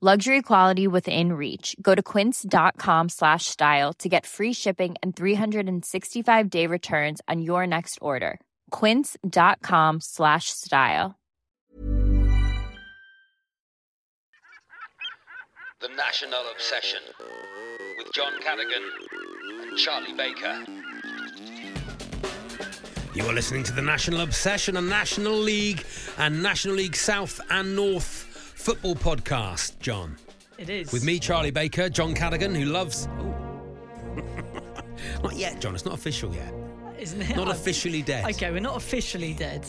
Luxury quality within reach. Go to quince.com slash style to get free shipping and 365 day returns on your next order. Quince.com slash style. The National Obsession with John Cadogan and Charlie Baker. You are listening to the National Obsession, a National League and National League South and North football podcast, John. It is. With me, Charlie Baker, John Cadogan, who loves. Oh. not yet, John. It's not official yet. Isn't it? Not I- officially dead. Okay, we're not officially dead,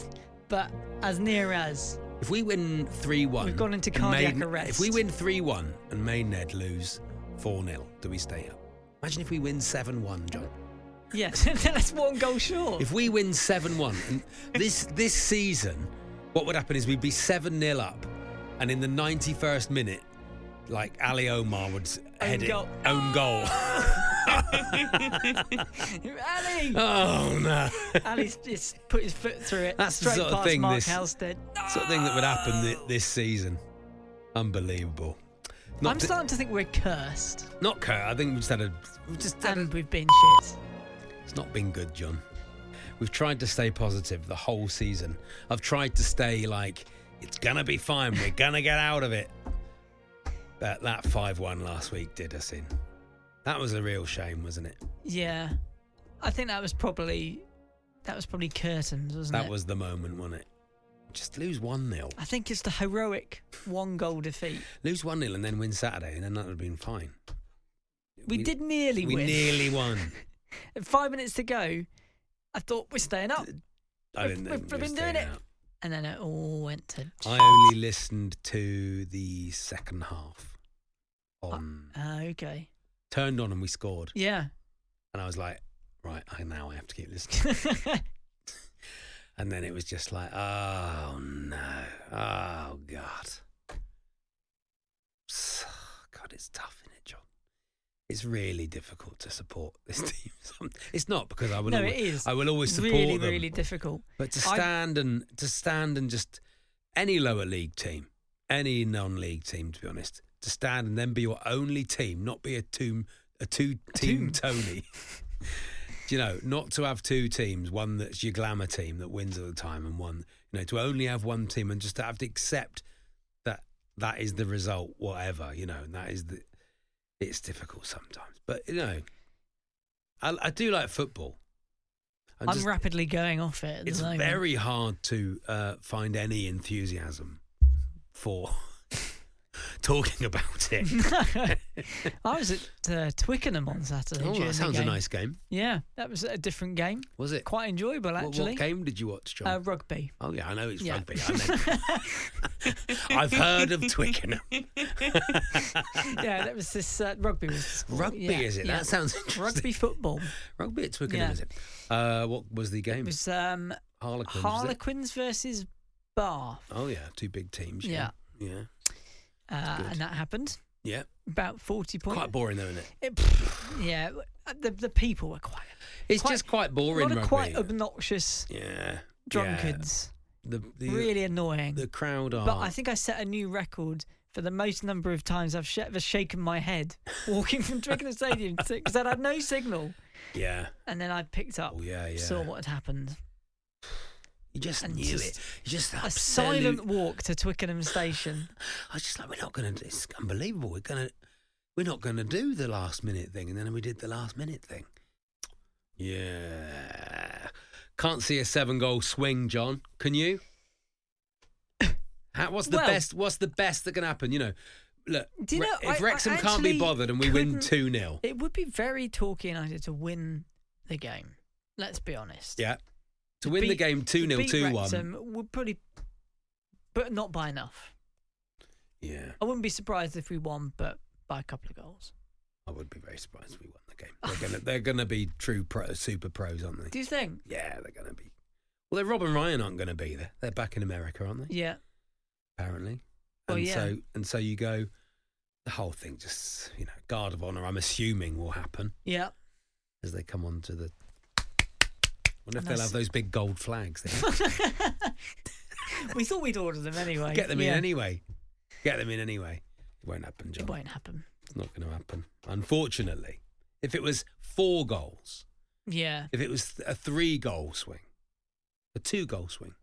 but as near as. If we win 3 1. We've gone into cardiac arrest. If we win 3 1 and May Ned lose 4 0, do we stay up? Imagine if we win 7 1, John. Yes, that's one goal short. If we win 7 1, and this, this season, what would happen is we'd be 7 0 up, and in the 91st minute, like Ali Omar would s- Own head goal. it. Own goal. Ali! oh, no. Ali's just put his foot through it. That's the straight sort of past thing Mark this- Halstead. sort of thing that would happen thi- this season. Unbelievable. Not, I'm to- starting to think we're cursed. not Kurt. I think we just had a. We just had And a we've been shit. it's not been good, John. We've tried to stay positive the whole season. I've tried to stay like it's gonna be fine. We're gonna get out of it. But that five-one last week did us in. That was a real shame, wasn't it? Yeah. I think that was probably. That was probably curtains, wasn't that it? was the moment, wasn't it? Just lose one 0 I think it's the heroic one goal defeat. lose one 0 and then win Saturday, and then that would have been fine. We, did nearly we win. nearly won. Five minutes to go. I thought we're staying up. I We've- didn't we've think we been were doing staying it. out. And then it all went to. I only listened to the second half. On Ah, okay. turned on and we scored, Yeah. and I was like, right, I now I have to keep listening. and then it was just like, oh no, oh god, S- God, it's tough, isn't it, John? It's really difficult to support this team. Some- It's not because I will. no, always, it is. I will always support really, them. really difficult. But to I- stand and to stand and just any lower league team, any non-league team, to be honest, to stand and then be your only team, not be a two a two team team. Tony. Do you know, not to have two teams, one that's your glamour team that wins all the time, and one you know to only have one team and just to have to accept that that is the result, whatever you know, and that is the. It's difficult sometimes, but you know, I, I do like football. I'm, rapidly going off it. At It's the moment. very hard to uh, find any enthusiasm for talking about it. I was at uh, Twickenham on Saturday. oh, during that the sounds a game. nice game. Yeah, that was a different game. Was it? Quite enjoyable What- actually. What, game did you watch, John? Uh, rugby. oh yeah, I know it's yeah. rugby. I meant, I've heard of Twickenham. yeah, that was this uh, rugby was the sport. Rugby Yeah, is it? yeah. That sounds interesting. rugby football. Rugby at Twickenham Yeah. is it? Uh, what was the game? It was um, Harlequins. was it? Harlequins versus Bath, Oh yeah, two big teams. Yeah. Yeah. uh, and that happened. Yeah. about forty points. Quite boring, though, isn't it? It- pff, yeah, the the people were quiet. It's Quite- just quite A boring lot of rugby. quite obnoxious yeah. drunkards. Yeah. The, the, really annoying. The crowd are. but I think I set a new record for the most number of times I've sh- ever shaken my head walking from Twickenham Stadium because I'd had no signal. Yeah. And then I picked up, Oh, yeah, yeah. saw what had happened. You just And knew just it. You just A absolute- silent walk to Twickenham Station. I was just like, we're not going to. It's unbelievable. We're going to. We're not going to do the last minute thing, and then we did the last minute thing. Yeah. Can't see a seven goal swing, John. Can you? How, what's the Well- best? What's the best that can happen? You know, look. Do you Re- know, I- if I Wrexham can't be actually bothered and we win couldn't- two 0 It would be very Torquay United to win the game. Let's be honest. yeah, to win the beat- game two 0 beat two one. Wrexham Would probably, but not by enough. Yeah, I wouldn't be surprised if we won, but by a couple of goals. I would be very surprised if we won the game. They're gonna, they're gonna be true pro, super pros, aren't they? Do you think? Yeah, they're going to be. Well, they're Rob and Ryan aren't going to be there. They're back in America, aren't they? Yeah. Apparently. Well, and yeah. so and so you go. The whole thing just you know guard of honor. I'm assuming will happen Yeah. as they come onto the. Wonder if And they'll that's- have those big gold flags. There. we thought we'd order them anyway. Get them in Yeah. anyway. Get them in anyway. It won't happen, John. It won't happen. It's not going to happen. Unfortunately, if it was four goals, Yeah. if it was a three goal swing, a two goal swing,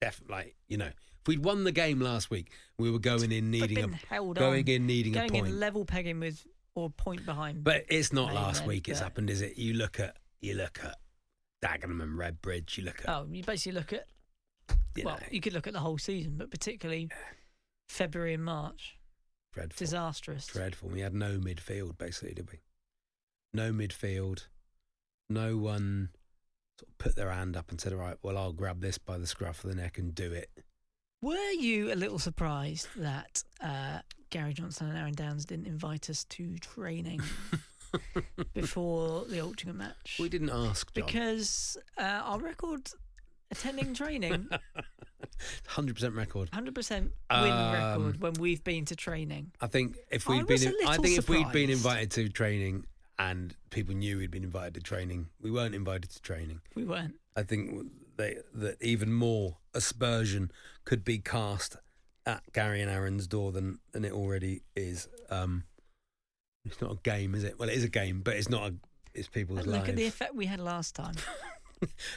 definitely, like, you know, if we'd won the game last week, we were going in But needing been a held going on, in needing going a point. in level pegging with or point behind. but it's not Maybe last then, week. It's but- happened, is it? You look at you look at Dagenham and Redbridge. You look at oh, you basically look at you well, know, you could look at the whole season, but particularly February and March, dreadful, disastrous. dreadful. We had no midfield basically, did we? No midfield. No one sort of put their hand up and said, "All right, well, I'll grab this by the scruff of the neck and do it." Were you a little surprised that uh, Gary Johnson and Aaron Downs didn't invite us to training before the Altrincham match? We didn't ask, John. because uh, our record attending training, Hundred percent record. 100% win Um, record when we've been to training. I think if I we'd was been, a I little think if we'd been surprised. invited to training and people knew we'd been invited to training, we weren't invited to training. We weren't. I think they, that even more aspersion could be cast at Gary and Aaron's door than than it already is. Um, it's not a game, is it? Well, it is a game, but it's not a. It's people's And look at the lives. effect we had last time.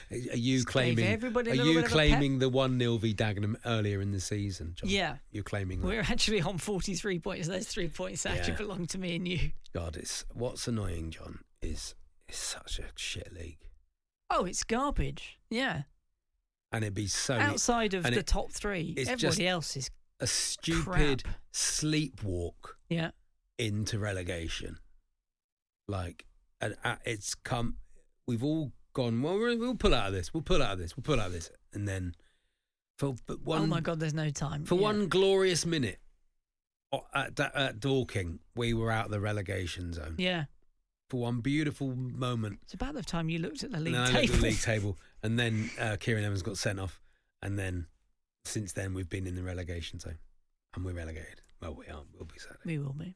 Are you Just gave claiming? everybody a Are little you bit of a pep. claiming the one 0 v Dagenham earlier in the season? John? Yeah. you're claiming. that? We're actually on 43 points. Those three points that actually Yeah. belong to me and you. God, it's what's annoying, John, is it's such a shit league, Oh, it's garbage. Yeah. and it'd be so Outside of and the it- top three, it's everybody just- else is. a stupid crap. sleepwalk Yeah. into relegation. Like, and uh, it's come. We've all gone. Well, we'll we'll pull out of this. We'll pull out of this. We'll pull out of this, and then for but one oh my God, there's no time. for Yeah. one glorious minute o- at, Da- at Dorking, we were out of the relegation zone Yeah. for one beautiful moment. It's about the time you looked at the league and then I table. looked at the league table, and then uh, Kieran Evans got sent off, and then since then we've been in the relegation zone, and we're relegated. Well, we are. We'll be Saturday. we will be.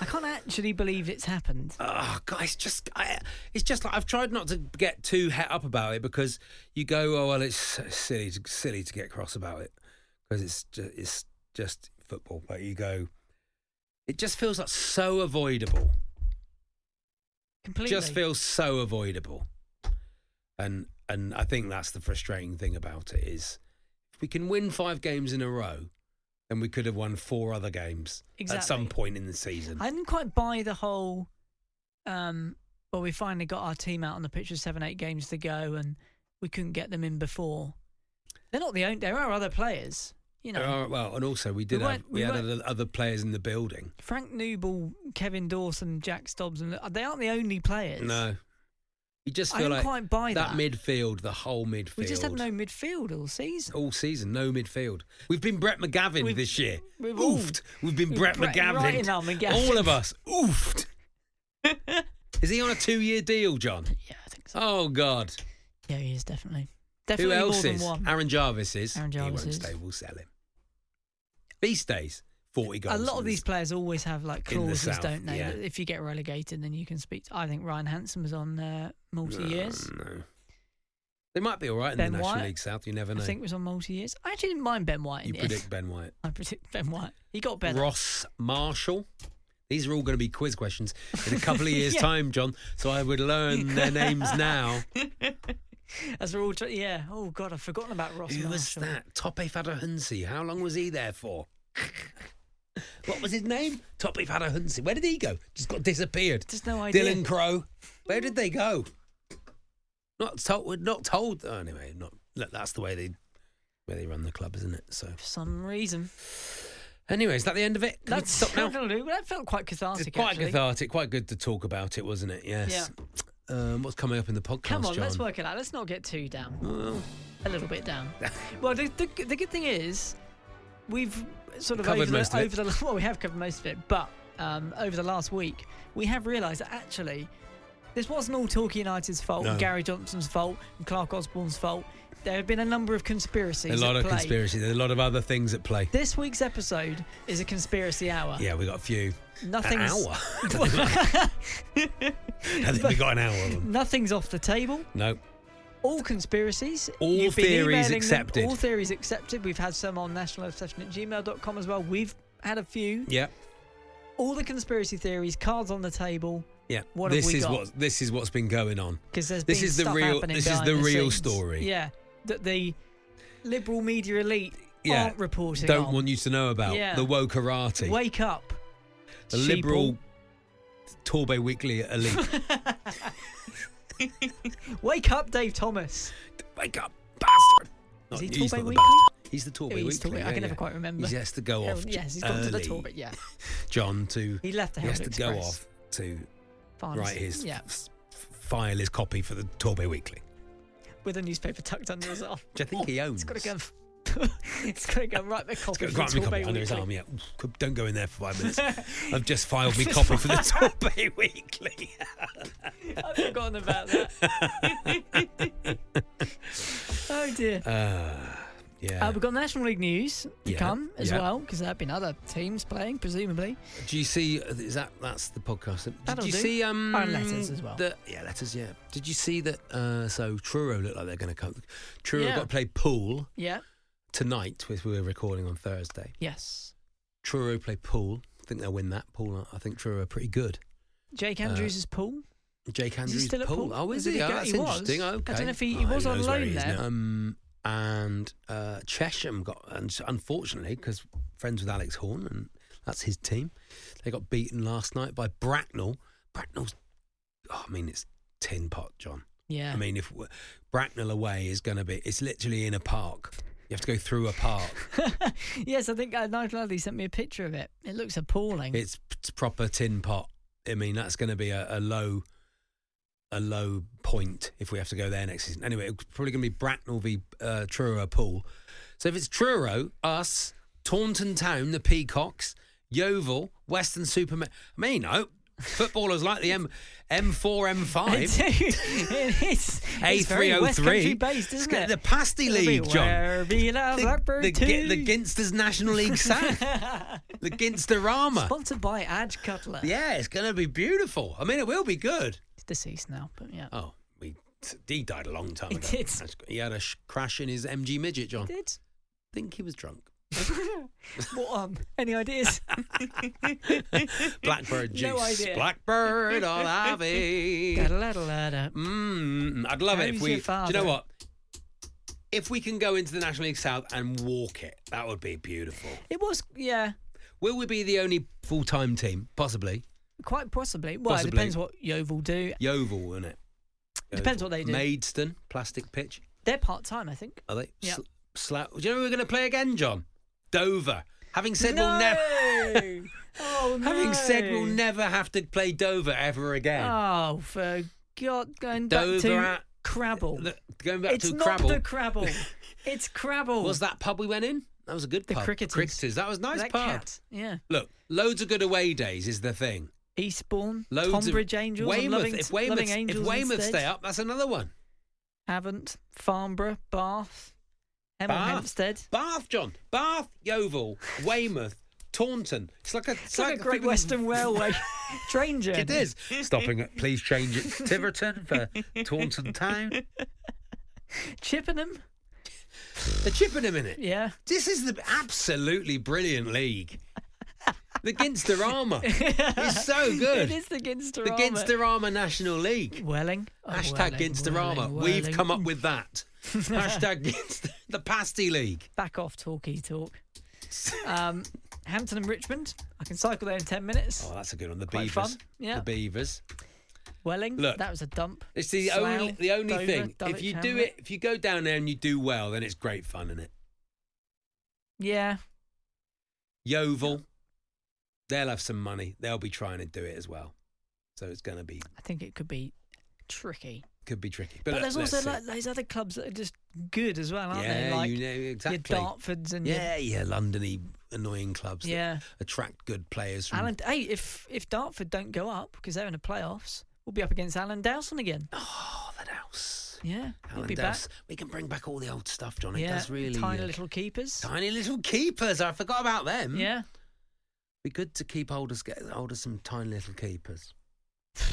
I can't actually believe it's happened. Oh, guys, just I, it's just like I've tried not to get too het up about it because you go, oh well, it's so silly, to, silly to get cross about it because it's just, it's just football. But you go, it just feels like so avoidable. Completely. just feels so avoidable. And and I think that's the frustrating thing about it is if we can win five games in a row, then we could have won four other games at some Exactly. point in the season. I didn't quite buy the whole. Um, well, we finally got our team out on the pitch with seven, eight games to go, and we couldn't get them in before. They're not the only. There are other players. You know, There are- well, and also we did We have weren't- we, we had weren't- other, other players in the building. Frank Newball, Kevin Dawson, Jack Stobbs, and they aren't the only players. No, you just I feel didn't like quite buy that. midfield, the whole midfield. we just had no midfield all season. all season, no midfield. We've been Brett McGavin We've- this year. we've all- oofed. We've been we've Brett Brett McGavin. right in our McGavin. All of us oofed. Is he on a two-year deal, John? Yeah, I think so. Oh God! Yeah, he is definitely. Definitely Who else more is? than one. Aaron Jarvis is. Aaron Jarvis He won't is. stay. We'll sell him. Beast days. forty goals. A lot of in these this- players always have like in the clauses, South, don't they? yeah. that If you get relegated, then you can speak. I think Ryan Hanson was on uh, multi years. No, Mm, no. They might be all right in Ben the National White? League South. You never I know. think was on multi years. I actually didn't mind Ben White. In you the predict End. Ben White, I predict Ben White. He got better. Ross Marshall. These are all going to be quiz questions in a couple of years' Yeah. time, John. So I would learn their names now. As we're all, tra- yeah. Oh God, I've forgotten about Ross. Who was Marshall. that? Tope Fadahunsi. How long was he there for? what was his name? Tope Fadahunsi. Where did he go? Just got disappeared. Just no idea. Dylan Crow. Where did they go? Not told. we're Not told. Oh, anyway, not. Look, that's the way they where they run the club, isn't it? So, For some reason, anyway, is that the end of it? Can we that's stop now. Well, that felt quite It's cathartic. quite actually. cathartic. Quite good to talk about it, wasn't it? Yes. Um, what's coming up in the podcast? Come on, John? let's work it out. Let's not get too down. Well, A little bit down. well, the, the, the good thing is, we've sort of Covered over, most the, of it. over the well, we have covered most of it, but um, over the last week, we have realised that actually this wasn't all Torquay United's fault, No. and Gary Johnson's fault, and Clark Osborne's fault. There have been a number of conspiracies. a lot at of play. conspiracy. There's a lot of other things at play. This week's episode is a conspiracy hour. Yeah, we got a few. Nothing's- An hour. I think we got an hour of them. Nothing's off the table. No. All conspiracies. All You've been theories emailing them. accepted. All theories accepted. We've had some on nationalobsession at gmail.com as well. We've had a few. Yeah. All the conspiracy theories, cards on the table, Yeah. What have this we is got? what this is what's been going on. because there's This been is the stuff real- happening this is behind the real scenes. story. Yeah, that the liberal media elite Yeah. aren't reporting. Don't on. want you to know about Yeah. the woke karate. Wake up. the sheeple. liberal Torbay Weekly elite. Wake up, Dave Thomas. Wake up, bastard. Is he he's Torbay not the Weekly? bastard. He's the Torbay Oh, he's Weekly. Torbay. yeah, I can yeah. never quite remember. He has to go Yeah, off. Oh, yes, he's gone to the early, tour, but yeah, John to. he left the He has to Herald go Express. off to Farms. write his yeah, f- f- file his copy for the Torbay Weekly, with a newspaper tucked under his arm. which I think he owns. It's got to go. And, it's got to go and write the It's copy. got for got me Torbay copy under his Weekly. arm. Yeah, Oof, don't go in there for five minutes. I've just filed me copy for the Torbay Weekly. I've forgotten about that. oh dear. Uh, yeah. Uh, we've got National League news to Yeah, come as yeah. well because there have been other teams playing, presumably. Do you see? uh, Is that that's the podcast? Did That'll you do. see? Um, And letters as well. The, yeah, letters. Yeah. Did you see that? Uh, so Truro look like they're going to come. Truro Yeah. got to play pool Yeah. tonight, which we were recording on Thursday. Yes. Truro play pool. I think they'll win that pool. I think Truro are pretty good. Jake Uh, Andrews' is pool. Jake Andrews still at pool. pool? Oh, is Is it he? a Oh, go- that's he was? interesting. I Okay. don't know if he- Oh, he was on knows where loan he is there. now. Um, and uh, Chesham got and unfortunately because friends with Alex Horn and that's his team. They got beaten last night by Bracknell. Bracknell's. Oh, I mean, it's tin pot, John. Yeah. I mean, if w- Bracknell away is going to be, it's literally in a park. You have to go through a park. yes, I think uh, Nigel Adley sent me a picture of it. It looks appalling. It's p- proper tin pot. I mean, that's going to be a, a low, a low point if we have to go there next season. Anyway, it's probably going to be Bracknell v uh, Truro Pool. So if it's Truro, us, Taunton Town, the Peacocks, Yeovil, Western Superman. I mean, no, footballers like the M, M4, M5. it is. It's very West Country A303. based, isn't It's it? The Pasty It'll League, be John. Where be now, Blackbird the, Gi- too. the Ginsters National League South. the Ginsterama. Sponsored by Ad Cutler. Yeah, it's going to be beautiful. I mean, it will be good. He's deceased now, but yeah. Oh, we, he died a long time He ago. did. That's good. He had a sh- crash in his MG Midget, John. He did. I think he was drunk. What, um, any ideas? Blackbird juice. No idea. Blackbird on Ivy. Da-da-da-da-da. Mm, I'd love it if Who's we. your do you father? know what? If we can go into the National League South and walk it, that would be beautiful. It was, yeah, Will we be the only full-time team? Possibly. quite possibly. Well, Possibly. it depends what Yeovil do. Yeovil, wouldn't it? Depends Yeovil. what they do. Maidstone, plastic pitch. They're part time, I think. Are they? Yeah. Sl- Slough- Do you know who we're going to play again, John? Dover. Having said we'll never. No! oh, no. Having said we'll never have to play Dover ever again. Oh, for God, going Dover back to at- Crabble. Look, going back it's to not Crabble. the Crabble. it's Crabble. was that pub we went in? That was a good The pub. Cricketers. Cricketers. That was a nice that pub. cat? Yeah. Look, loads of good away days is the thing. Eastbourne, Loads Tonbridge of Angels, and Weymouth. Loving, if Weymouth, Loving Angels if Weymouth instead. stay up, that's another one. Havant, Farnborough, Bath, Hemel Bath. Hempstead. Bath, John. Bath, Yeovil, Weymouth, Taunton. It's like a, It's like a Great flipping- Western Railway train journey. It is stopping. At, please change it to Tiverton for Taunton Town. Chippenham. They're chipping him in it. Yeah. This is the absolutely brilliant league. The Ginsterama is so good. It is the Ginsterama. the Ginsterama National League. Welling. Oh, Hashtag Welling, Ginsterama. Welling, We've Welling. come up with that. Hashtag Ginster- the Pasty League. Back off, talky talk. Um, Hampton and Richmond. I can cycle there in 10 minutes. Oh, that's a good one. The Quite Beavers. fun, yeah. The Beavers. Welling. Look. that was a dump. It's the Slough, only the only Dover, thing. Dulwich, if you do Hamlet. it, if you go down there and you do well, then it's great fun, isn't it? Yeah. Yeovil, they'll have some money. They'll be trying to do it as well. So it's going to be I think it could be tricky. could be tricky. But, But, look, there's also let's see. like those other clubs that are just good as well, aren't yeah, they? Like you know exactly. your Dartfords and yeah, yeah, Londony annoying clubs. your, yeah. that attract good players from. Alan, hey, if if Dartford don't go up because they're in the playoffs, we'll be up against Alan Dowson again. oh, the Douse. Yeah, he'll Alan be Douse. We can bring back all the old stuff, John. back. It Yeah, does really tiny uh, little keepers. tiny little keepers. I forgot about them. Yeah, be good to keep hold of, get hold of some tiny little keepers.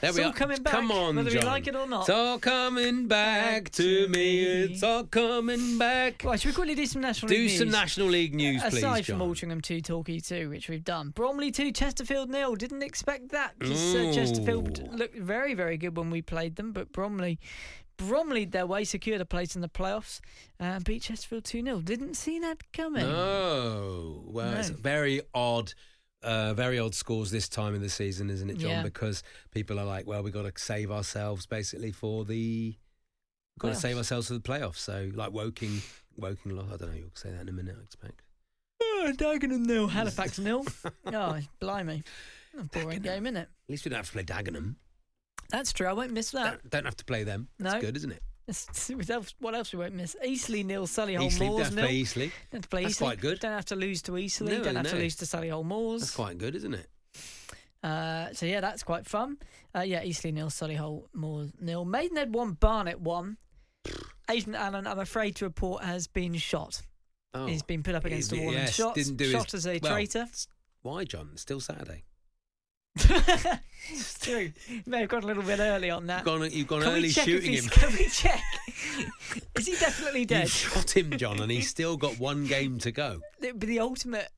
There It's we all are. coming back, Come on, whether we John. like it or It's not. all coming back, to me. It's all coming back. right. Should we quickly do some national Do League some news? National League news, please, Aside John. from Altrincham two, Torquay two, which we've done. Bromley two, Chesterfield nil. Didn't expect that because uh, Chesterfield Ooh. looked very, very good when we played them, but Bromley. Bromley their way, secured a place in the playoffs, uh, and beat Chesterfield 2 0. Didn't see that coming. No. Well, it's No. very odd. Uh, very odd scores this time in the season, isn't it, John? Yeah. Because people are like, well, we've got to save ourselves basically for the. We've got to save Playoffs. ourselves for the playoffs. So, like Woking, Woking lost. I don't know. You'll say that in a minute, I expect. Oh, Dagenham nil, Halifax nil. oh, blimey. A boring game, isn't it? At least we don't have to play Dagenham. That's true. I won't miss that. don't, don't have to play them. That's No. good, isn't it? That's- what else- What else we won't miss? Eastleigh nil, Solihull Eastleigh, Moors don't play nil. Eastleigh. Don't play That's Eastleigh. quite good. Don't have to lose to Eastleigh. No, don't I have to know. lose to Solihull That's Moors. quite good, isn't it? Uh, so yeah, that's quite fun. Uh, yeah, Eastleigh nil, Solihull Moors nil. Maidenhead one, Barnet one. Agent Allen, I'm afraid to report, has been shot. Oh. He's been put up against a wall and yes, shot. Didn't do shot his, as a well, traitor. s- Why, John? It's still Saturday. it's true. You may have gone a little bit early on that. You've gone, you've gone Can early we check if shooting he's, him. Can we check? Is he definitely You dead? shot him, John, and he's still got one game to go. It would be the ultimate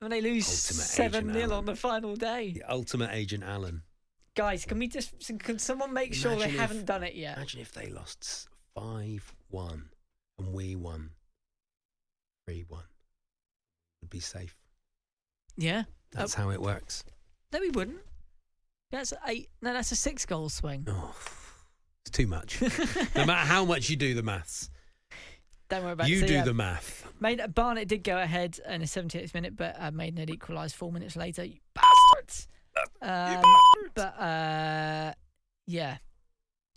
when they lose Ultimate seven Agent 0 Allen. on the final day. The ultimate agent, Allen. Guys, can we just can someone make sure they Imagine if- haven't done it yet? Imagine if they lost 5 1 and we won 3 1. We'd be safe. Yeah. That's Oh, how it works. no, we wouldn't. That's eight. No, that's a six goal swing. Oh, it's too much. no matter how much you do the maths, Don't worry about it. you So, do yeah, the math. Maid, Barnett did go ahead in the 78th minute, but uh, Maidenhead equalised four minutes later. You bastards! Uh, Um, but uh, yeah,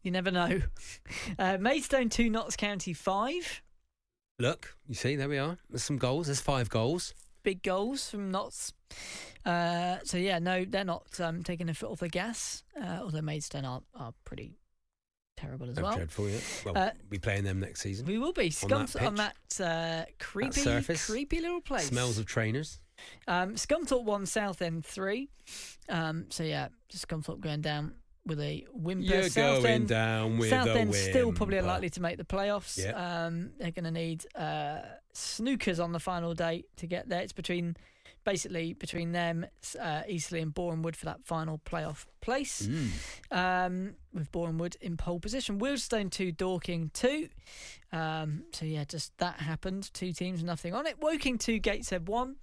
you never know. Uh, Maidstone two, Notts County five. Look, you see, there we are. There's some goals. There's five goals. Big goals from Notts. Uh, so yeah, no, they're not um, taking their foot off the gas. Uh, although Maidstone are, are pretty terrible as Oh, well. Dreadful, yeah. Well, Uh, we'll be playing them next season. We will be that Scunthorpe on that, uh, creepy, surface. creepy little place. Smells of trainers. Um, Scunthorpe won South End three. Um, so yeah, Scunthorpe going down with a whimper. You're going Southend- down with South a End still probably whimper. unlikely to make the playoffs. Yep. Um, they're going to need uh, snookers on the final day to get there. It's between basically between them, s- uh, Eastleigh and Borehamwood for that final playoff place. Mm. Um, with Borehamwood in pole position, Wealdstone two, Dorking two. Um, so yeah, just that happened. Two teams, nothing on it. Woking two, Gateshead one.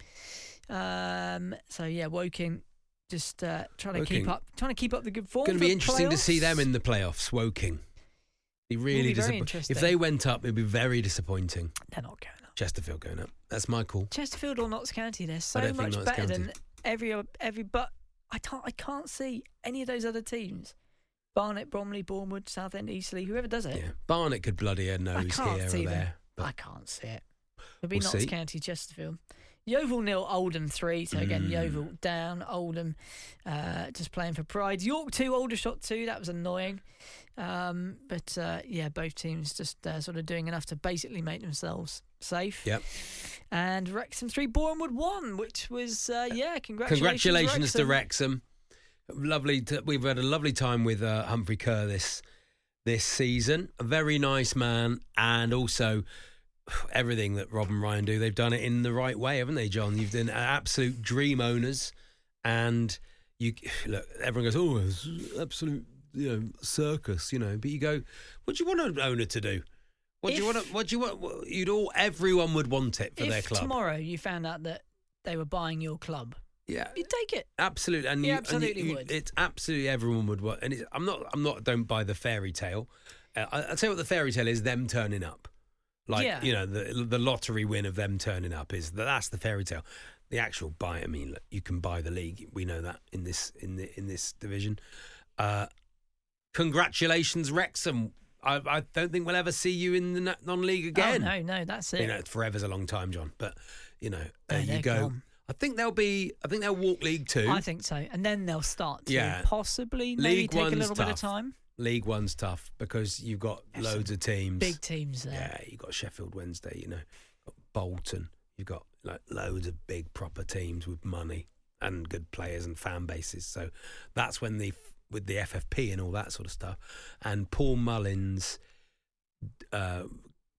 Um, so yeah, Woking. Just uh, trying to keep Woking. up, trying to keep up the good form. Going to for be the interesting to see them playoffs. in the playoffs. Woking. Be really be very disappointing. interesting. If they went up, it'd be very disappointing. They're not going up. Chesterfield going up. That's my call. Chesterfield or Notts County, they're so don't think much Notts better County. than every o- every. But I can't I can't see any of those other teams. Barnet, Bromley, Bournemouth, Southend, Eastleigh, whoever does it, Yeah. Barnet could bloody her I nose can't here or see them. there. But I can't see it. It'll be We'll Notts see. County, Chesterfield. Yeovil nil, Oldham three. So again, Mm. Yeovil down, Oldham uh, just playing for pride. York two, Aldershot two. That was annoying, um, but uh, yeah, both teams just uh, sort of doing enough to basically make themselves safe. Yep. And Wrexham 3, Bournemouth 1, which was, uh, yeah, congratulations. Congratulations to Wrexham. Wrexham. Lovely. To, we've had a lovely time with uh, Humphrey Kerr this this season. A very nice man, and also everything that Rob and Ryan do, they've done it in the right way, haven't they, John? You've been absolute dream owners, and you look. Everyone goes, "Oh, it's absolute, you know, circus," you know. But you go, "What do you want an owner to do? What do you If- want? a- What do you want? You'd all everyone would want it for if their club. tomorrow you found out that they were buying your club, yeah, you'd take it. Absolutely, and Yeah, you, absolutely and you, you, would. It's absolutely everyone would. wa- And it's, I'm not. I'm not. Don't buy the fairy tale. Uh, I, I'll tell you what the fairy tale is: them turning up. Like Yeah. you know, the the lottery win of them turning up is that's the fairy tale. The actual buy. I mean, look, you can buy the league. We know that in this in the in this division. Uh, congratulations, Wrexham. I, I don't think we'll ever see you in the na- non-league again. Oh, no, no, that's it. You know, forever's a long time, John. But you know, No, there you they're go. gone. I think they'll be. I think they'll walk League Two. I think so. And then they'll start to Yeah. possibly maybe League take a One's little bit of tough. time. League One's tough because you've got There's loads some of teams. Big teams there. yeah, you've got Sheffield Wednesday, you know, got Bolton. You've got like loads of big proper teams with money and good players and fan bases. So that's when the with the FFP and all that sort of stuff. And Paul Mullins uh,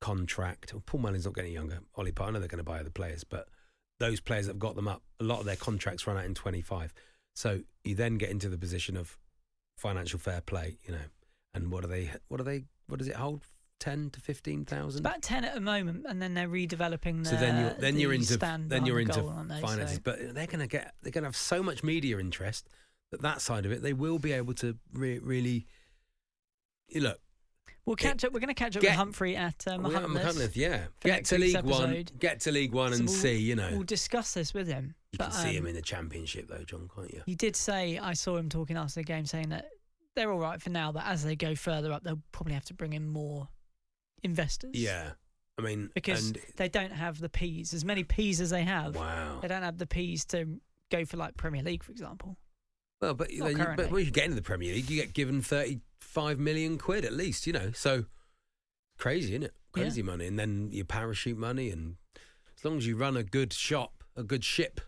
contract. Well, Paul Mullins not getting younger. Ollie Parr, I know they're going to buy other players, but those players that have got them up, a lot of their contracts run out in 25. So you then get into the position of financial fair play, you know, and what are they? What are they? What does it hold? Ten to fifteen It's thousand. about ten at the moment, and then they're redeveloping. So then you're their- then you're the into stand then you're behind into the goal, aren't they? finances, So- but they're going to get they're going to have so much media interest that that side of it they will be able to re- really. You look, we'll catch up. We're going to catch up Get- with Humphrey at uh, we are Mohammed. Mohammed, yeah, for get next to week's League One, episode. get to League One, So and we'll- see. You know, we'll discuss this with him. you but, can see um, him in the Championship though, John, can't you? He did say I saw him talking after the game, saying that they're all right for now, but as they go further up, they'll probably have to bring in more investors. Yeah, I mean, because and, they don't have the P's as many P's as they have. wow, They don't have the P's to go for like Premier League, for example. Well, but Not then you, but currently. when you get into the Premier League, you get given thirty-five million quid at least. You know, so crazy, isn't it? Yeah. Crazy money, and then your parachute money, and as long as you run a good shop, a good ship,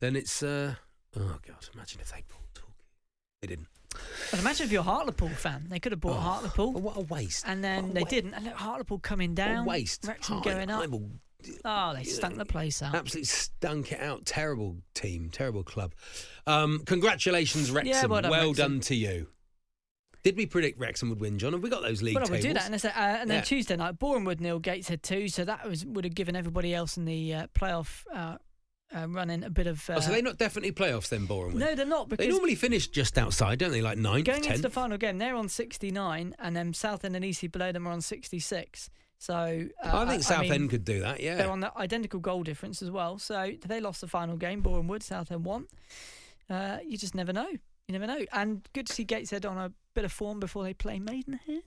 then it's. uh Oh God! Imagine if they bought Torquay. They didn't. But imagine if you're a Hartlepool fan, they could have bought Oh, Hartlepool. What a waste! And What then a they wa- didn't. And look, Hartlepool coming what a down. waste. Wrexham Hi, going up. I will- Oh, they stunk the place out. Absolutely stunk it out. Terrible team, terrible club. Um, congratulations, Wrexham. well done, Wrexham. done to you. Did we predict Wrexham would win, John? Have we got those league Well, we tables? do that, and, it's, uh, and then Yeah. Tuesday night, Bournemouth nil, Gateshead two. So that was would have given everybody else in the uh, playoff uh, uh, running a bit of. Uh, oh, so they're not definitely playoffs then, Boreham? No, they're not because they normally finish just outside, don't they? Like ninth, going into tenth. the final game, they're on sixty nine, and then Southend and Eastleigh below them are on sixty six. So uh, I think Southend mean, could do that. Yeah. They're on the identical goal difference as well. So they lost the final game, Bournemouth, Southend won. Uh, you just never know. You never know. And good to see Gateshead on a bit of form before they play Maidenhead.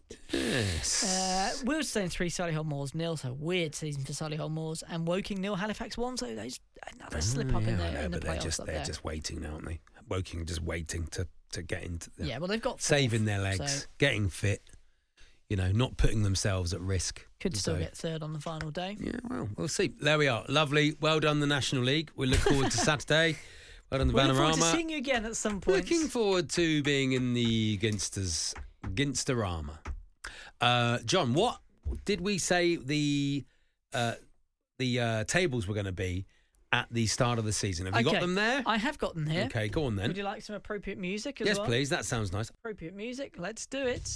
Uh, Yes. Wilson three, Solihull Moors nil. So weird season for Solihull Moors and Woking nil, Halifax one. So those another slip up Mm, yeah, in I the, know, in the Ah, but they're playoffs just up they're there. just waiting now, aren't they? Woking just waiting to to get into. yeah. The, well they've got saving fourth, their legs, so getting fit, you know, not putting themselves at risk. could still So, get third on the final day. Yeah, well, we'll see. There we are. Lovely. Well done, the National League. We look forward to Saturday. Well done, the We're looking forward to Vanarama. seeing you again at some point. Looking forward to being in the Ginsters, Ginsterama. Uh, John, what did we say the uh, the uh, tables were going to be at the start of the season? Have you Okay, got them there? I have got them here. Okay, go on then. Would you like some appropriate music as yes, well? please. That sounds nice. Appropriate music. Let's do it.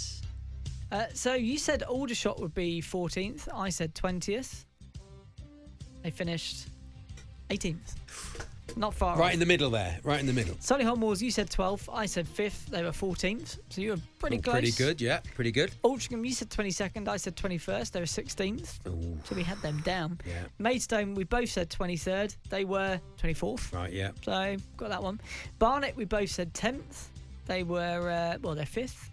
Uh, so you said Aldershot would be 14th. I said 20th. They finished 18th. Not far Right off. in the middle there. Right in the middle. Solihull Moors, you said 12th. I said 5th. They were 14th. So you were pretty All close. Pretty good. Yeah, pretty good. Altrincham, you said 22nd. I said 21st. They were 16th. Ooh. So we had them down. Yeah. Maidstone, we both said 23rd. They were 24th. Right. Yeah. So got that one. Barnet, we both said 10th. They were, uh, well, they're 5th.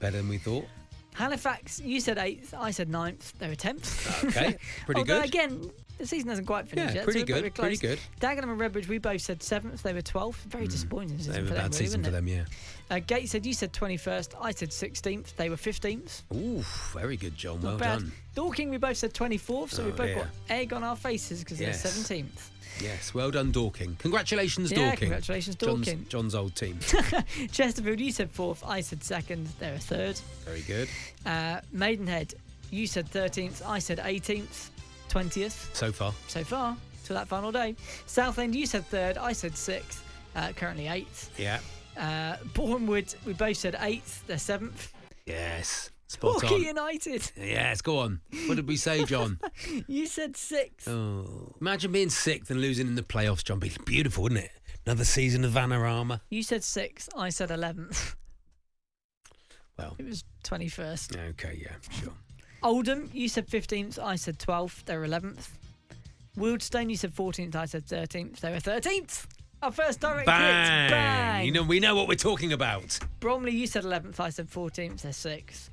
Better than we thought. Halifax, you said eighth, I said ninth. They were tenth. Okay, pretty Although good. again, the season hasn't quite finished Yeah, yet. pretty so we're good, pretty close. good. Dagenham and Redbridge, we both said seventh. They were twelfth. Very disappointing season They for have a them, bad really, season wasn't for it? them, yeah. Uh, Gate said you said twenty first. I said sixteenth. They were fifteenth. Ooh, very good, John. Well Not bad. done. Dorking, we both said twenty fourth, so we Oh, both yeah. got egg on our faces because Yes. they're seventeenth. Yes, well done, Dorking. Congratulations, Yeah, Dorking. congratulations, John's- Dorking. John's old team. Chesterfield, you said fourth. I said second. They're a third. Very good. Uh, Maidenhead, you said 13th, I said 18th, 20th So far, so far till that final day. Southend, you said third, I said sixth, uh, currently eighth. yeah. Uh, Bournemouth, we both said eighth, they're seventh. Yes, spot Torquay on. United, Yes, go on. What did we say, John? you said sixth. oh, imagine being sixth and losing in the playoffs, John. Be beautiful, wouldn't it? Another season of Vanarama. You said sixth, I said 11th. Well, It was 21st. okay, yeah, sure. Oldham, you said 15th, I said 12th, they're 11th. Wildstone, you said 14th, I said 13th, they were 13th. Our first direct hit. Bang! Bang! You know, we know what we're talking about. Bromley, you said 11th, I said 14th, they're 6th.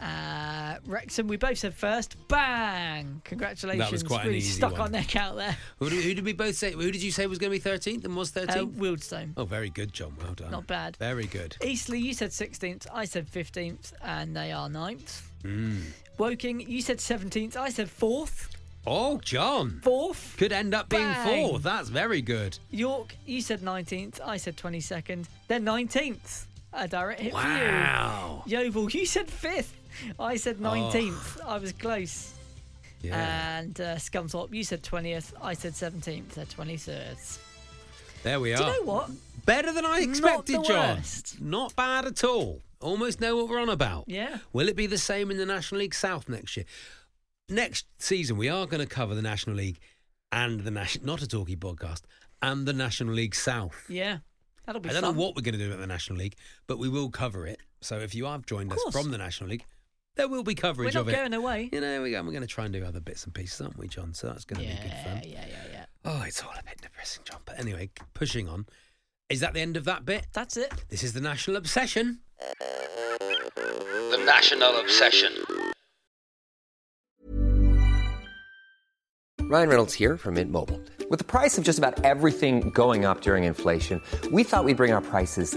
Uh, Wrexham, we both said first. Bang! Congratulations. quite an really easy stuck one. our neck out there. Who did, who did we both say? Who did you say was going to be thirteenth and was Uh, thirteenth? Wildstone. oh, very good, John. Well done. Not bad. Very good. Eastleigh, you said 16th, I said 15th, and they are 9th. Mm. Woking, you said 17th, I said 4th. Oh, John 4th. could end up being Bang. fourth. That's very good. York, you said 19th, I said 22nd, they're 19th. A direct hit Wow. Oh. for you. Yeovil, you said 5th, I said 19th. I was close. Yeah. And uh, Scunthorpe, you said 20th, I said 17th, they're 23rd. there we are. Uh, Do you know what? Better than I Not expected, the John. worst. Not bad at all. Almost know what we're on about. Yeah. Will it be the same in the National League South next year? Next season, we are going to cover the National League and the National, not a talkie podcast, and the National League South. Yeah, that'll be I don't fun. know what we're going to do at the National League, but we will cover it. So if you have joined Of us course. from the National League, there will be coverage We're of not it. going away. You know, we go- we're going to try and do other bits and pieces, aren't we, John? So that's going to yeah, be good fun. yeah, yeah, yeah. Oh, it's all a bit depressing, John. But anyway, pushing on. Is that the end of that bit? That's it. This is the National Obsession. The National Obsession. Ryan Reynolds here from Mint Mobile. With the price of just about everything going up during inflation, we thought we'd bring our prices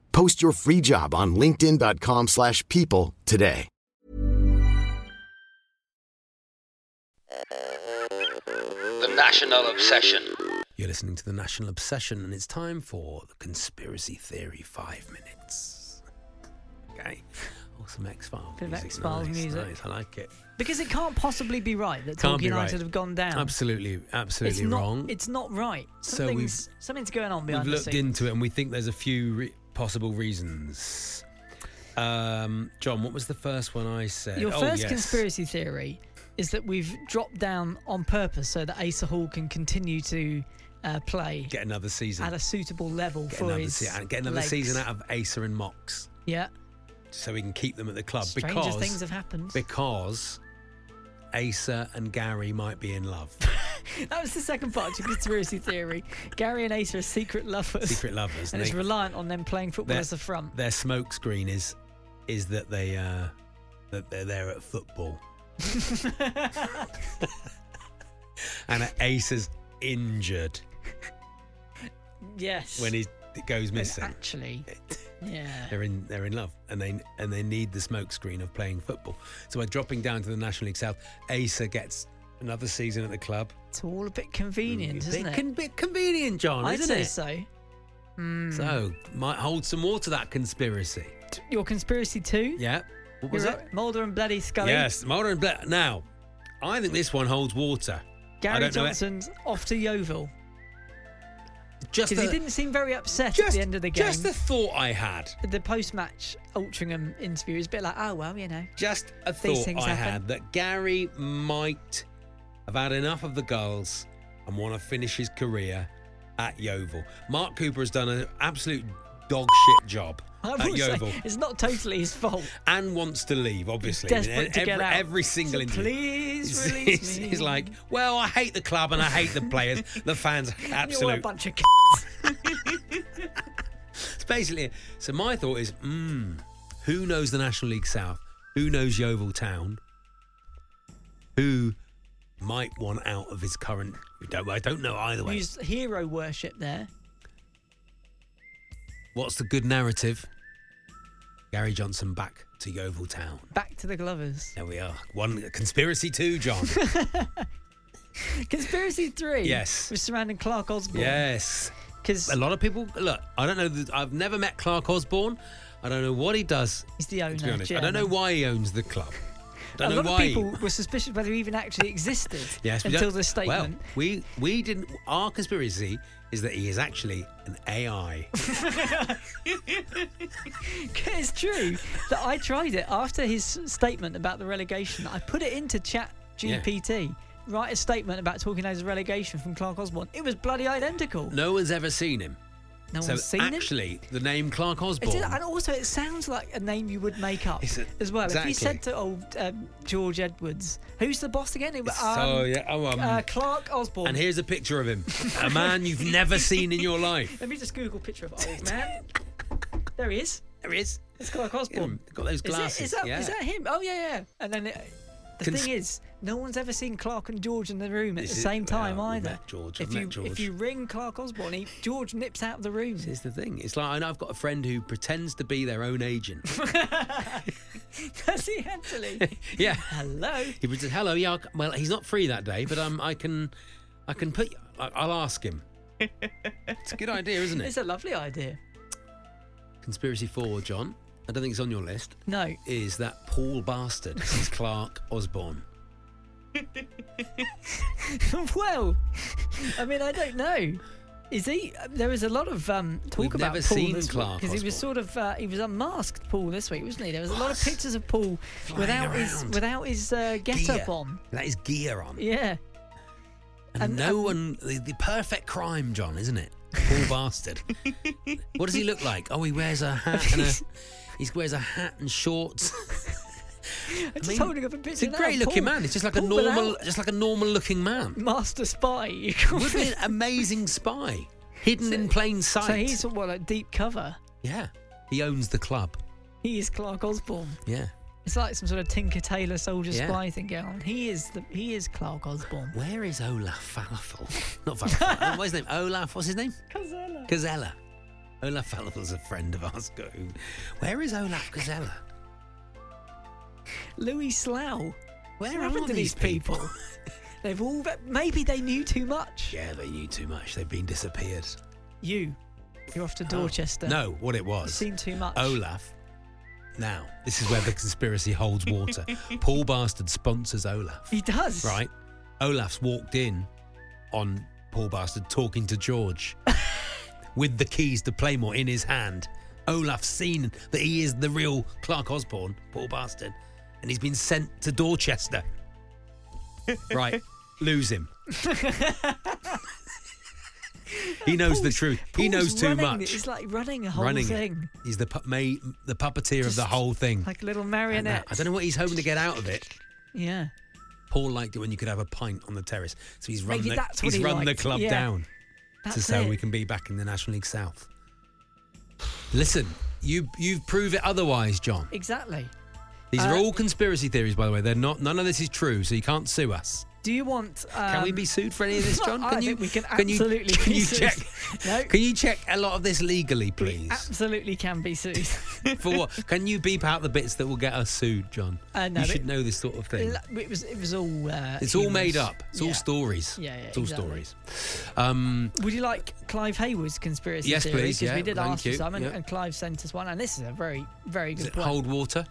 Post your free job on linkedin.com/people slash people today. The National Obsession. You're listening to the National Obsession, and it's time for the Conspiracy Theory Five Minutes. Okay. Awesome X Files. Bit of X-Files nice, music. Nice. I like it. Because it can't possibly be right that Can't Torquay be United right. have gone down. Absolutely, It's absolutely not, wrong. It's not right. So we've- Something's, something's going on We've behind looked the scenes. into it, and we think there's a few re- possible reasons. Um, John, what was the first one I said? Your Oh, first yes. conspiracy theory is that we've dropped down on purpose so that Asa Hall can continue to uh, play Get another season. at a suitable level get for another, his se- and get another legs. season out of Acer and Mox, Yeah. so we can keep them at the club. Stranger because things have happened. because Acer and Gary might be in love, That was the second part to conspiracy theory. Gary and Ace are secret lovers. secret lovers. And they- it's reliant on them playing football their- as a front. Their smoke screen is is that they uh, that they're there at football, and Acer's injured yes. when he goes And missing. Actually, yeah. They're in they're in love, and they and they need the smoke screen of playing football. So by dropping down to the National League South, Acer gets another season at the club. It's all a bit convenient, Bit isn't it? con- bit convenient, John, I'd isn't say it? so. Mm. So might hold some water that conspiracy. Your conspiracy two. Yeah. What was You're it? right, Mulder and Bloody Scully. Yes, Mulder and Black. Now, I think this one holds water. I Gary don't know it. Johnson's off to Yeovil Just because he a- didn't seem very upset at just- the end of the game. Just a thought I had. the post-match Altrincham interview is a bit like, oh well, you know. Just a These thought I things happen. had that Gary might have had enough of the goals and want to finish his career at Yeovil. Mark Cooper has done an absolute dog shit job I at will say, Yeovil it's not totally his fault. and wants to leave, obviously. I mean, desperate to every, get out. every single So interview. please He's- release he's, me. he's like, well, I hate the club and I hate the players. The fans are You're a absolute. bunch of c- It's basically. So my thought is, mm, who knows the National League South? Who knows Yeovil Town? Who might want out of his current? I don't- I don't know either way. used hero worship there. What's the good narrative? Gary Johnson back to Yeovil Town. Back to the Glovers. There we are. One conspiracy, two, John. Conspiracy three. Yes. Was surrounding Clark Osborne. yes. Because A lot of people look. I don't know. th- I've never met Clark Osborne. I don't know what he does. he's the owner. To be honest, I chairman. don't know why he owns the club. Don't a know lot why. of people were suspicious whether he even actually existed Yes, we until don't- this statement. Well, we we didn't. Our conspiracy is that he is actually an AI. it's true that I tried it after his statement about the relegation. I put it into Chat GPT. Write a statement about Talking Heads relegation from Clark Osborne. It was bloody identical. no one's ever seen him. No so one's seen him. actually, the name Clark It Osborne. is, and also, it sounds like a name you would make up It's a- as well. If exactly. you said to old um, George Edwards, "Who's the boss again?" It was, It's- oh, yeah, oh, um, uh, Clark Osborne. and here's a picture of him, a man you've never seen in your life. Let me just Google picture of old man. there he is. There he is. It's Clark Osborne. Him, got those Is it- glasses. Is, that, yeah. is that him? Oh yeah, yeah. And then it, the Cons- thing is, no one's ever seen Clark and George in the room at This the is- same well, time we've either. met George, If we've met you George. if you ring Clark Osborne, he, George nips out of the room. This is the thing. It's like I know I've got a friend who pretends to be their own agent. Does he actually? yeah. Hello. He would say, "Hello, yeah. I c- Well, he's not free that day, but um, I can, I can put. I- I'll ask him. it's a good idea, isn't it? It's a lovely idea. Conspiracy four, John. I don't think it's on your list. No, Is that Paul Bastard? is Clark Osborne. well, I mean, I don't know. Is he? There was a lot of um, talk We've about never Paul seen this Clark because he was Osborne. sort of uh, he was unmasked Paul this week, wasn't he? There was a lot of Was. pictures of Paul Flying without his around. without his uh, get Gear. up on. That is gear on. Yeah, And, and- um, no and- one. The, the perfect crime, John, isn't it? Paul Bastard. what does he look like? Oh, he wears a hat and a. He wears a hat and shorts. I'm just mean, holding up a picture. It's a now, great looking Paul- man. It's just like a Paul normal, without- just like a normal looking man. master spy. you call Would be an it. amazing spy, hidden in plain sight. So he's what like deep cover. yeah, he owns the club. He is Clark Osborne. Yeah, It's like some sort of Tinker Tailor Soldier Yeah. Spy thing going on. He is the he is Clark Osborne. where is Olaf Falafel? Not Falafel. what's his name? Olaf. What's his name? Cazella. Gazella. Olaf Falafel's a friend of ours. Go. Where is Olaf Gazella? Louis Slough. Where What are happened to these these people? They've all maybe they knew too much. yeah, they knew too much. They've been disappeared. You, you're off to Dorchester. Oh. No, what it you've was. seen too much. Olaf. Now, this is where the conspiracy holds water. Paul Bastard sponsors Olaf. he does. right? Olaf's walked in on Paul Bastard talking to George with the keys to Playmore in his hand. Olaf's seen that he is the real Clark Osborne, Paul Bastard, and he's been sent to Dorchester. right, lose him. he knows the Paul's- truth. he Paul's knows too running much. It's like running a whole running thing, it. He's the pu- ma- the puppeteer of Just the whole thing. like a little And that- marionette. I don't know what he's hoping to get out of it. Yeah. Paul liked it when you could have a pint on the terrace. So he's run Maybe the, that's what he's he run the liked. club Yeah, down That's to so it. we can be back in the National League South. Listen, you you've proved it otherwise, John. Exactly. These are Uh, all conspiracy theories, by the way. They're not. None of this is true, so you can't sue us. Do you want? Um, Can we be sued for any of this, John? I Can you? think we can can you- absolutely Can be you sued. check? No. Can you check a lot of this legally, please? Absolutely can be sued. for what? Can you beep out the bits that will get us sued, John? Uh, no, you but- should know this sort of thing. L- It was. It was all. Uh, it's all humorous. made up. It's all Yeah. stories. Yeah, yeah, It's all exactly. stories. Um, Would you like Clive Hayward's conspiracy Yes, theory? please, Because yeah, we did thank ask you, for some, and, yeah. and Clive sent us one. And this is a very, very is good it point. hold water?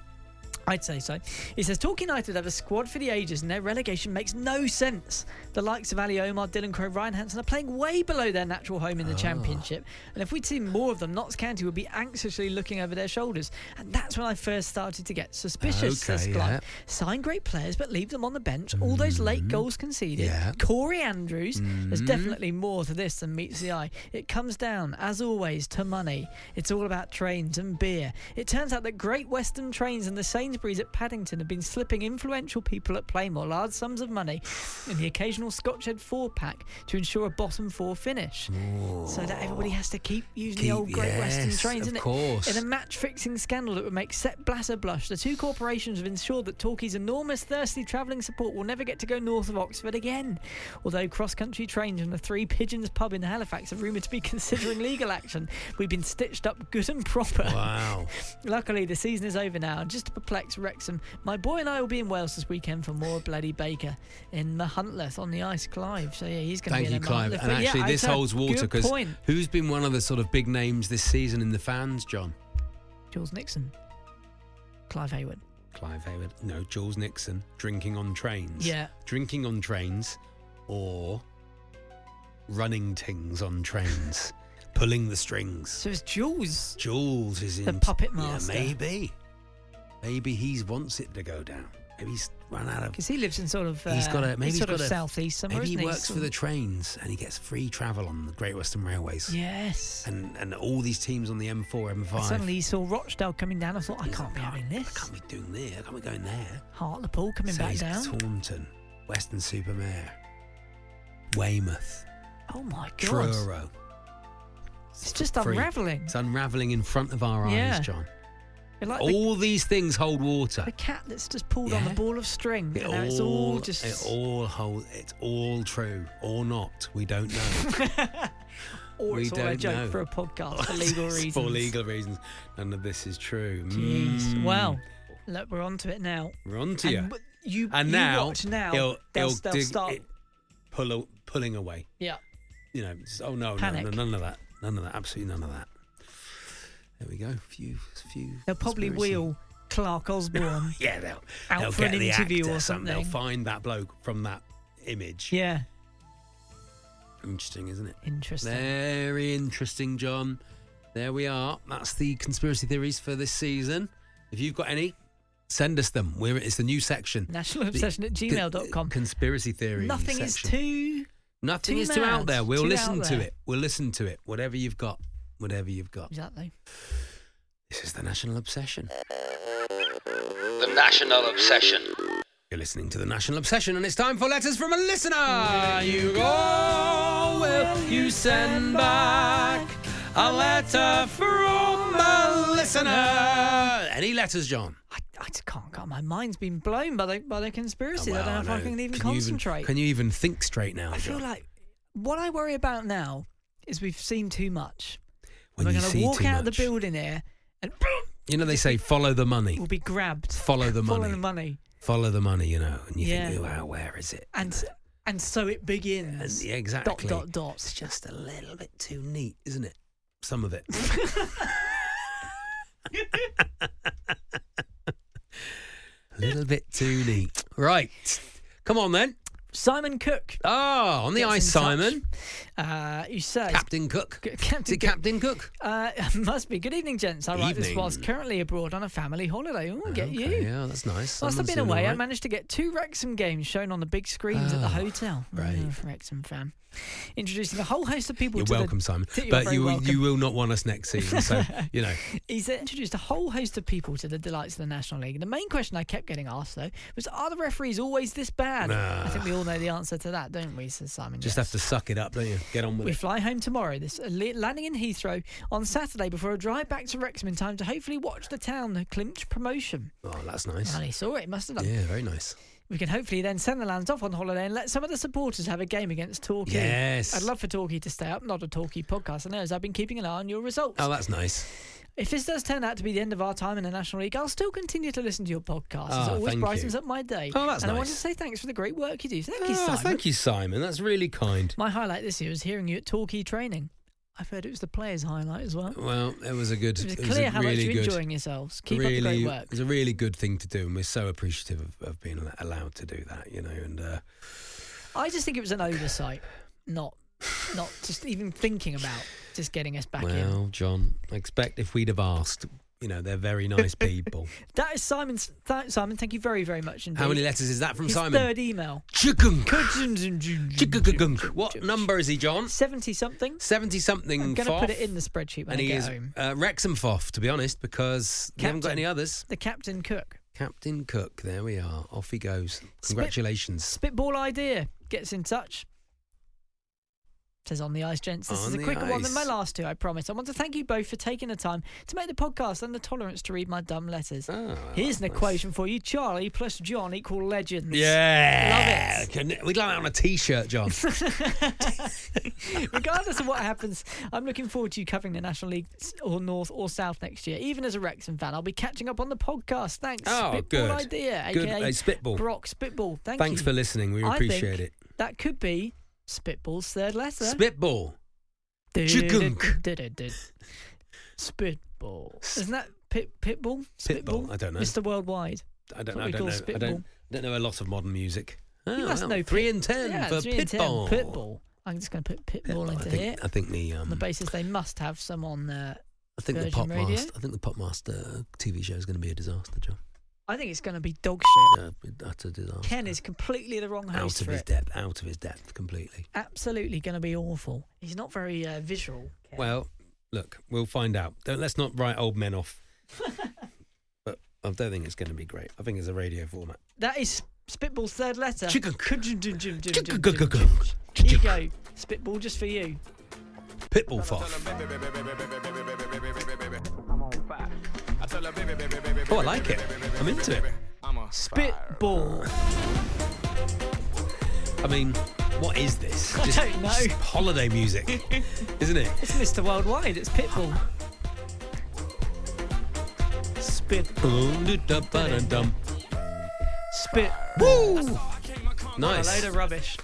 I'd say so. He says, Torquay United have a squad for the ages and their relegation makes no sense. The likes of Ali Omar, Dylan Crowe, Ryan Hansen are playing way below their natural home in Ah. the Championship. And if we'd seen more of them, Notts County would be anxiously looking over their shoulders. And that's when I first started to get suspicious, says Okay, Clive. yeah. Mm. Sign great players, but leave them on the bench. All those late goals conceded. Yeah. Mm. Corey Andrews. There's definitely more to this than meets the eye. It comes down, as always, to money. It's all about trains and beer. It turns out that Great Western Trains and the Sainsbury's at Paddington have been slipping influential people at Playmore large sums of money in the occasional Scotch Head four pack to ensure a bottom four finish. So that everybody has to keep using the Keep- old Great Western yes, Trains, of isn't it? course. In a match fixing scandal that would make Sepp Blatter blush, the two corporations have ensured that Torquay's enormous thirsty travelling support will never get to go north of Oxford again. Although cross country trains from the Three Pigeons pub in Halifax are rumoured to be considering legal action, we've been stitched up good and proper. Wow. Luckily, the season is over now, and just to perplex Wrexham, my boy and I will be in Wales this weekend for more Bloody Baker in the Huntless on the ice, Clive. So, yeah, he's going Thank to be you, in the Clive. Huntlet. And But, yeah, actually, I this tell- holds water Good because point, who's been one of the sort of big names this season in the fans, John? Jules Nixon. Clive Hayward. Clive Hayward. No, Jules Nixon. Drinking on trains. Yeah. Drinking on trains or running things on trains. Pulling the strings. So it's Jules. Jules is in. The puppet master. Yeah, maybe. Maybe he wants it to go down. Maybe he's run out of. Because he lives in sort of uh, he's got a. Maybe he's he's sort got of a, southeast somewhere. Maybe he isn't works Sort for of- the trains and he gets free travel on the Great Western Railways. Yes. And And and all these teams on the M4, M5. suddenly he saw Rochdale coming down. I thought I He's can't like, be having I this. can't be doing this. I can't be going there. Hartlepool coming so back he's down. Taunton, Western Supermare, Weymouth, Oh my god. Truro. It's just Free. unravelling. It's unravelling in front of our Yeah. eyes, John. You're like the, all these things hold water. the cat that's just pulled on the Yeah. ball of string. It and now all, it's all just. it all hold. It's all true or not. We don't know. or we it's all a don't joke know. for a podcast for legal reasons. For legal reasons, none of this is true. Jeez. Mm. Well, look, we're onto it now. we're onto you. And w- you, And you now, watch now. he'll- they'll, he'll they'll dig start. it- pull a, pulling away. yeah. you know, it's- oh no, no, Panic. no, none of that, none of that, absolutely none of that. There we go. Few, few. They'll probably conspiracy- wheel Clark Osborne. Yeah, they'll out they'll for an get the interview actor or They'll something. find that bloke from that image. yeah. Interesting, isn't it? Interesting. Very interesting, John. There we are. That's the conspiracy theories for this season. If you've got any, send us them. We're it's the new section. National obsession at The- gmail.com. Conspiracy theory. Nothing section. is too. Nothing too is too out mad, there. We'll too listen out to there. it. We'll listen to it. Whatever you've got. Whatever you've got. Exactly. This is the National Obsession. The National Obsession. You're listening to the National Obsession, and it's time for letters from a listener. you go, will you send back a letter from a listener? Any letters, John? I, I just can't. God, my mind's been blown by the by the conspiracy. Oh, I don't know wow, if I no. can even you concentrate. can you Oh, even think straight now? I feel John? like what I worry about now is we've seen too much. when We're you gonna see walk too out much, the building here and you know they say follow the money, we'll be grabbed. Follow the Follow money. the money. follow the money, you know, and you Yeah. think, oh, where is it? And s- and so it begins. And- yeah, exactly. Dot dot It's dot. just a little bit too neat, isn't it? Some of it. a little bit too neat. Right. Come on then. Simon Cook. Oh, on the gets ice, in touch. Simon. Uh, you says Captain Cook. G- Captain Is it Cook. Captain Cook. Uh, must be. Good evening, gents. I write this whilst Evening. currently abroad on a family holiday. Ooh, get Okay, you. Yeah, that's nice. Whilst I've Someone's been doing away, I alright. managed to get two Wrexham games shown on the big screens at the Oh, hotel. brave. Oh, Wrexham fan. Introducing a whole host of people You're to welcome, the, Simon. to- you're But very you welcome. you will not want us next season. So you know, He's introduced a whole host of people to the delights of the National League. The main question I kept getting asked, though, was are the referees always this bad? I think we all know the answer to that, don't we, says Simon. just Yes. have to suck it up, don't you? Get on with We it. fly home tomorrow. This uh, li- landing in Heathrow on Saturday before a drive back to Wrexham in time to hopefully watch the town clinch promotion. Oh, that's nice. Well, he saw it. He must have done. Yeah, very nice. We can hopefully then send the lads off on holiday and let some of the supporters have a game against Torquay. Yes. I'd love for Torquay to stay up, not a Torquay podcast. I know, as I've been keeping an eye on your results. Oh, that's nice. If this does turn out to be the end of our time in the National League, I'll still continue to listen to your podcast. as it Oh, always thank brightens you. up my day. Oh, that's and I want nice. to say thanks for the great work you do. Thank Oh, you, Simon. Thank you, Simon. That's really kind. My highlight this year was hearing you at Torquay training. I've heard it was the players' highlight as well. Well, Oh, it was a good. It was a clear how much really you're good- enjoying yourselves. Keep up the really, great work. It was a really good thing to do, and we're so appreciative of, of being al- allowed to do that, you know. And uh, I just think it was an oversight, not not just even thinking about just getting us back in. well, John, I expect if we'd have asked, you know, they're very nice people. That is Simon's. Th- Simon, thank you very, very much indeed. how many letters is that from His Simon? third email. Chicken. Chicken. What number is he, John? 70 something. Seventy something. I'm going to put foff. it in the spreadsheet and when I he get is home. uh, Wrexham Foff, to be honest, because we haven't got Captain. any others. The Captain Cook. Captain Cook, there we are. Off he goes. Congratulations. Spitball idea gets in touch. Says on the ice, gents. This On is a the quicker one than my ice. last two, I promise. I want to thank you both for taking the time to make the podcast and the tolerance to read my dumb letters. Oh, Here's an nice. equation for you Charlie plus John equal legends. Yeah. Love it. Can- We'd like that on a t shirt, John. Regardless of what happens, I'm looking forward to you covering the National League s- or North or South next year. Even as a Wrexham fan, I'll be catching up on the podcast. Thanks. Oh, Spitball good. idea. Good, AKA uh, Spitball. Brock Spitball. Thank Thanks you. for listening. We I appreciate think it. That could be Spitball's third letter. Spitball. Du- Chugunk. du- du- du- du- Spitball. Isn't that pit, Pitbull? Pitbull, I don't know. Mr. Worldwide. I don't, That's know, what I we don't call know. I Spitball. don't, I don't know a lot of modern music. you Oh, must well, know three Pit- and ten yeah, for three and ten, Pitbull. Pitbull. I'm just going to put Pitbull, Pitbull. into I think, here. I think the um, on the basis they must have uh, some on there. I think the Virgin pop Radio? master. I think the pop master TV show is going to be a disaster, John. I think it's going to be dog shit. Uh, that's a disaster. Ken is completely the wrong host out of for his it. depth. Out of his depth completely. Absolutely going to be awful. He's not very uh, visual. Ken. Well, look, we'll find out. Don't, let's not write old men off. but I don't think it's going to be great. I think it's a radio format. that is Spitball's third letter. Chicken. Here you go, Spitball, just for you. Pitbull Foff. Oh, I like it. I'm into it. Spitball. I mean, what is this? I don't know. just holiday music, isn't it? It's Mr. Worldwide. It's Pitbull. Spit. Boom-doo-da-ba-dum-dum. Spit. Woo! A load Nice. of rubbish.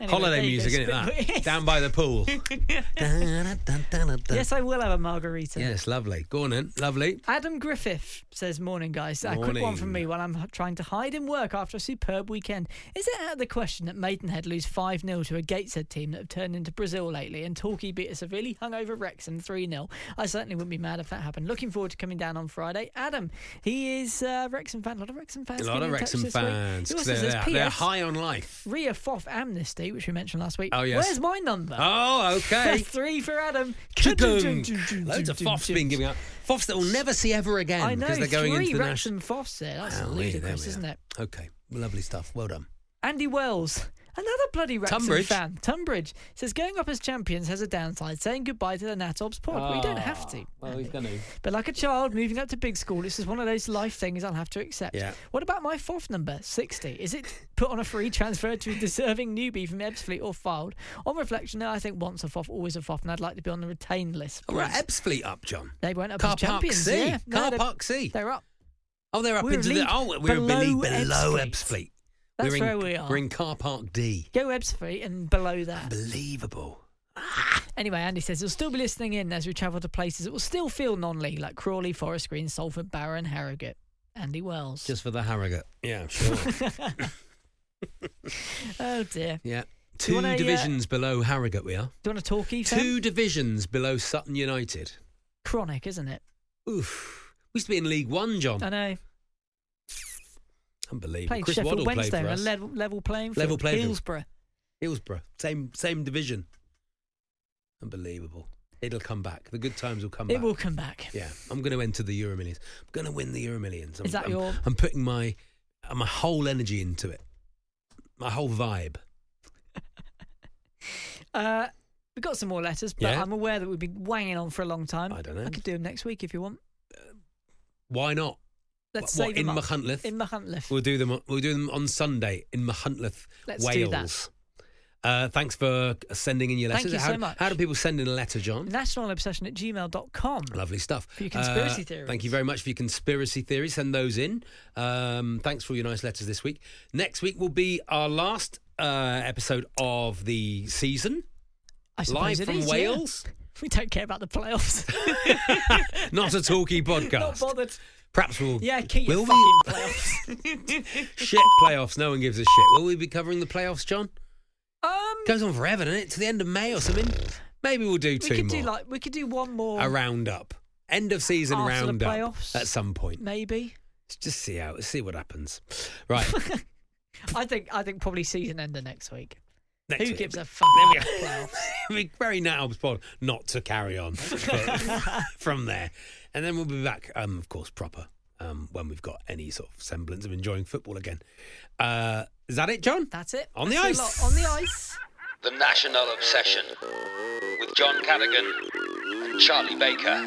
Anyway, Holiday there you go, music, isn't Spitball. it? That? Yes. Down by the pool. Da-da-da-da-da-da. Yes, I will have a margarita. Yes, lovely. Go on then. Lovely. Adam Griffith says, "Morning, guys. A quick one from me Morning. while I'm h- trying to hide in work after a superb weekend. Is it out of the question that Maidenhead lose five 0 to a Gateshead team that have turned into Brazil lately, and Torquay beat a severely hungover Wrexham three 0 I certainly wouldn't be mad if that happened. Looking forward to coming down on Friday. Adam, he is uh, Wrexham fan. A lot of Wrexham fans. A lot of getting in touch Wrexham this week. fans. He 'cause also they're, says, they're- they're "PS, high on life. Rhea Foff amnesty, which we mentioned last week. Oh, yes. Where's my number? Oh, okay. Three for Adam. Chicken. Loads of foffs being given out. Foffs that we'll never see ever again I know. because they're going three into the Wrexham national. Foffs there. That's Wowee, there ludicrous, we isn't are. it? Okay, lovely stuff. Well done. Andy Wells. Another bloody Wrexham Tunbridge. fan. Tunbridge says going up as champions has a downside. Saying goodbye to the Natobs pod. we don't have Ah, to. Andy. to. But like a child moving up to big school, this is one of those life things I'll have to accept. Yeah. What about my fourth number, 60? Is it put on a free transfer to a deserving newbie from Ebbsfleet or filed? On reflection, no, I think once a foff, always a foff, and I'd like to be on the retained list. All right, please. Ebbs Fleet up, John. They went up Car Park as champions. C. Yeah. No, Car they- Park C. They're up. Oh, they're up We're a into league the. Oh, we're below a league Ebbs below Fleet. Ebbs Fleet. That's we're in, where we are. We're in Car Park D. Go Ebbsfleet and below that. Unbelievable. Anyway, Andy says he'll still be listening in as we travel to places that will still feel non-league, like Crawley, Forest Green, Salford, Barrow, and Harrogate. Andy Wells. Just for the Harrogate. Yeah, sure. oh dear. yeah. Do you Two wanna, uh, divisions below Harrogate, we are. Do you want to talk, Ethan? Two divisions below Sutton United. Chronic, isn't it? Oof. We used to be in League One, John. I know. Unbelievable. Played Um, Chris Sheffield Waddle Wednesday played for on us. a level, level playing field. Level playing field. Hillsborough. Hillsborough, same same division. Unbelievable. It'll come back. The good times will come It back. will come back. Yeah, I'm going to enter the Euro Millions. I'm going to win the Euro Millions. I'm, Is that I'm, your- I'm putting my uh, my whole energy into it. My whole vibe. Uh, we've got some more letters, but Yeah. I'm aware that we've been wanging on for a long time. I don't know. I could do them next week if you want. Why not? Let's What- what, say them in up. Machuntleth? In Machuntleth. We'll do them. on- We'll do them on Sunday in Mahuntleth, Let's do that. Wales. Uh, thanks for sending in your Thank letters. you how, so much. how do people send in a letter, John? Nationalobsession at gmail.com. Lovely stuff. For your conspiracy theory. theories. Thank you very much for your conspiracy theories. Send those in. Um, thanks for all your nice letters this week. Next week will be our last uh, episode of the season. I suppose Live it from is, yeah. Wales. We don't care about the playoffs. Not a talky Not podcast. bothered. Perhaps we'll. Yeah, keep will your we? fucking playoffs. shit playoffs. No one gives a shit. Will we be covering the playoffs, John? um, Goes on forever, doesn't it? To the end of May or something. Maybe we'll do we two could more. do like we could do one more a roundup, end of season after the roundup playoffs. at some point. Maybe. Let's just see how see what happens. Right, I think I think probably season ender next week. next Who week. gives a fuck There we about go. playoffs? It'd be very Nat pod not to carry on but from there, and then we'll be back, um, of course, proper um, when we've got any sort of semblance of enjoying football again. Uh, is that it, John? That's it. On the That's a ice. lot. On the ice. The National Obsession with John Cadogan and Charlie Baker.